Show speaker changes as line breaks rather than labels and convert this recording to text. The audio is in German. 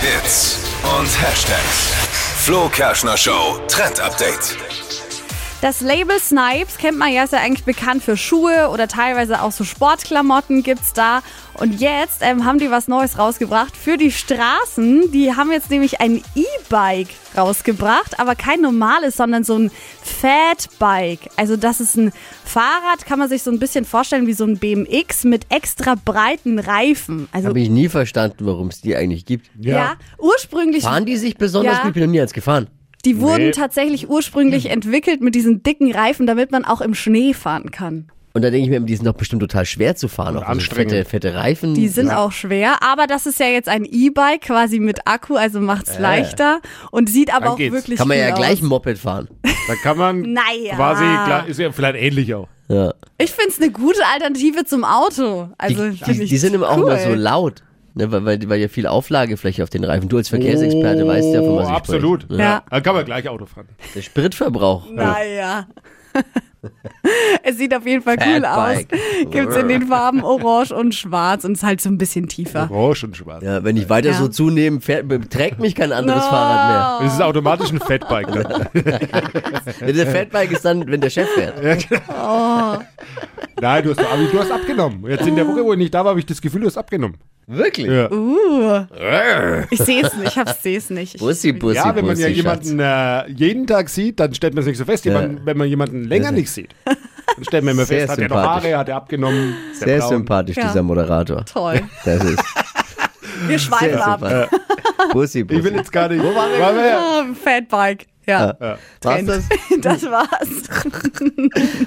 Hits und Hashtags. Flo Kerschner Show Trend Update.
Das Label Snipes kennt man ja, ist ja eigentlich bekannt für Schuhe oder teilweise auch so Sportklamotten gibt's da. Und jetzt ähm, haben die was Neues rausgebracht für die Straßen. Die haben jetzt nämlich ein E-Bike rausgebracht, aber kein normales, sondern so ein Fatbike. Also das ist ein Fahrrad, kann man sich so ein bisschen vorstellen wie so ein BMX mit extra breiten Reifen. Also
Habe ich nie verstanden, warum es die eigentlich gibt.
ja. ursprünglich
Fahren die sich besonders
Ja.
gut? Ich bin noch nie eins gefahren.
Die wurden tatsächlich ursprünglich entwickelt mit diesen dicken Reifen, damit man auch im Schnee fahren kann.
Und da denke ich mir, die sind doch bestimmt total schwer zu fahren. Auch so
anstrengend.
fette, fette Reifen.
Die sind auch schwer, aber das ist ja jetzt ein E-Bike quasi mit Akku, also macht's leichter und sieht aber
Dann
auch
geht's.
wirklich
Äh. Kann man
cool
ja
aus.
gleich ein Moped fahren.
Da kann man
Naja.
quasi, klar, ist ja vielleicht ähnlich auch.
Ja.
Ich find's eine gute Alternative zum Auto. Also
Die,
find
die,
ich
die sind immer auch
cool.
immer so laut. Ne, weil, weil, weil ja viel Auflagefläche auf den Reifen. Du als Verkehrsexperte weißt ja, von was ich
Absolut.
spreche.
Oh, Ja.
Da kann man gleich Auto fahren.
Der Spritverbrauch. Also,
Naja. es sieht auf jeden Fall cool aus.
Fatbike.
Gibt's in den Farben Orange und Schwarz und ist halt so ein bisschen tiefer.
Orange und schwarz.
Ja, wenn ich weiter
Ja.
so zunehme, fährt, trägt mich kein anderes Fahrrad
Es ist automatisch ein Fatbike. ne? Dann.
mehr. Der Fatbike ist dann, wenn der Chef fährt.
Nein, du hast, aber du hast abgenommen. Jetzt in der Woche, wo ich nicht da war, habe ich das Gefühl, du hast abgenommen.
Wirklich?
Ja,
Oh.
Ich sehe es nicht, ich hab- seh's nicht. Ich-
Bussi, Bussi,
ja wenn man
Bussi,
ja
Schatz.
jemanden äh, jeden Tag sieht, dann stellt man es nicht so fest. Jemand, Wenn man jemanden länger nicht sieht, dann stellt man immer
Sehr
fest, hat er noch
sympathisch.
Haare, hat er abgenommen. ist der
Sehr
braun.
sympathisch,
Ja.
dieser Moderator.
Toll.
Das ist
Wir schweifen
sehr
ab.
sympathisch. Bussi, Bussi.
Ich will jetzt gar nicht. Wo waren wir?
Ah, Fatbike. Ja.
War's das?
Das war's.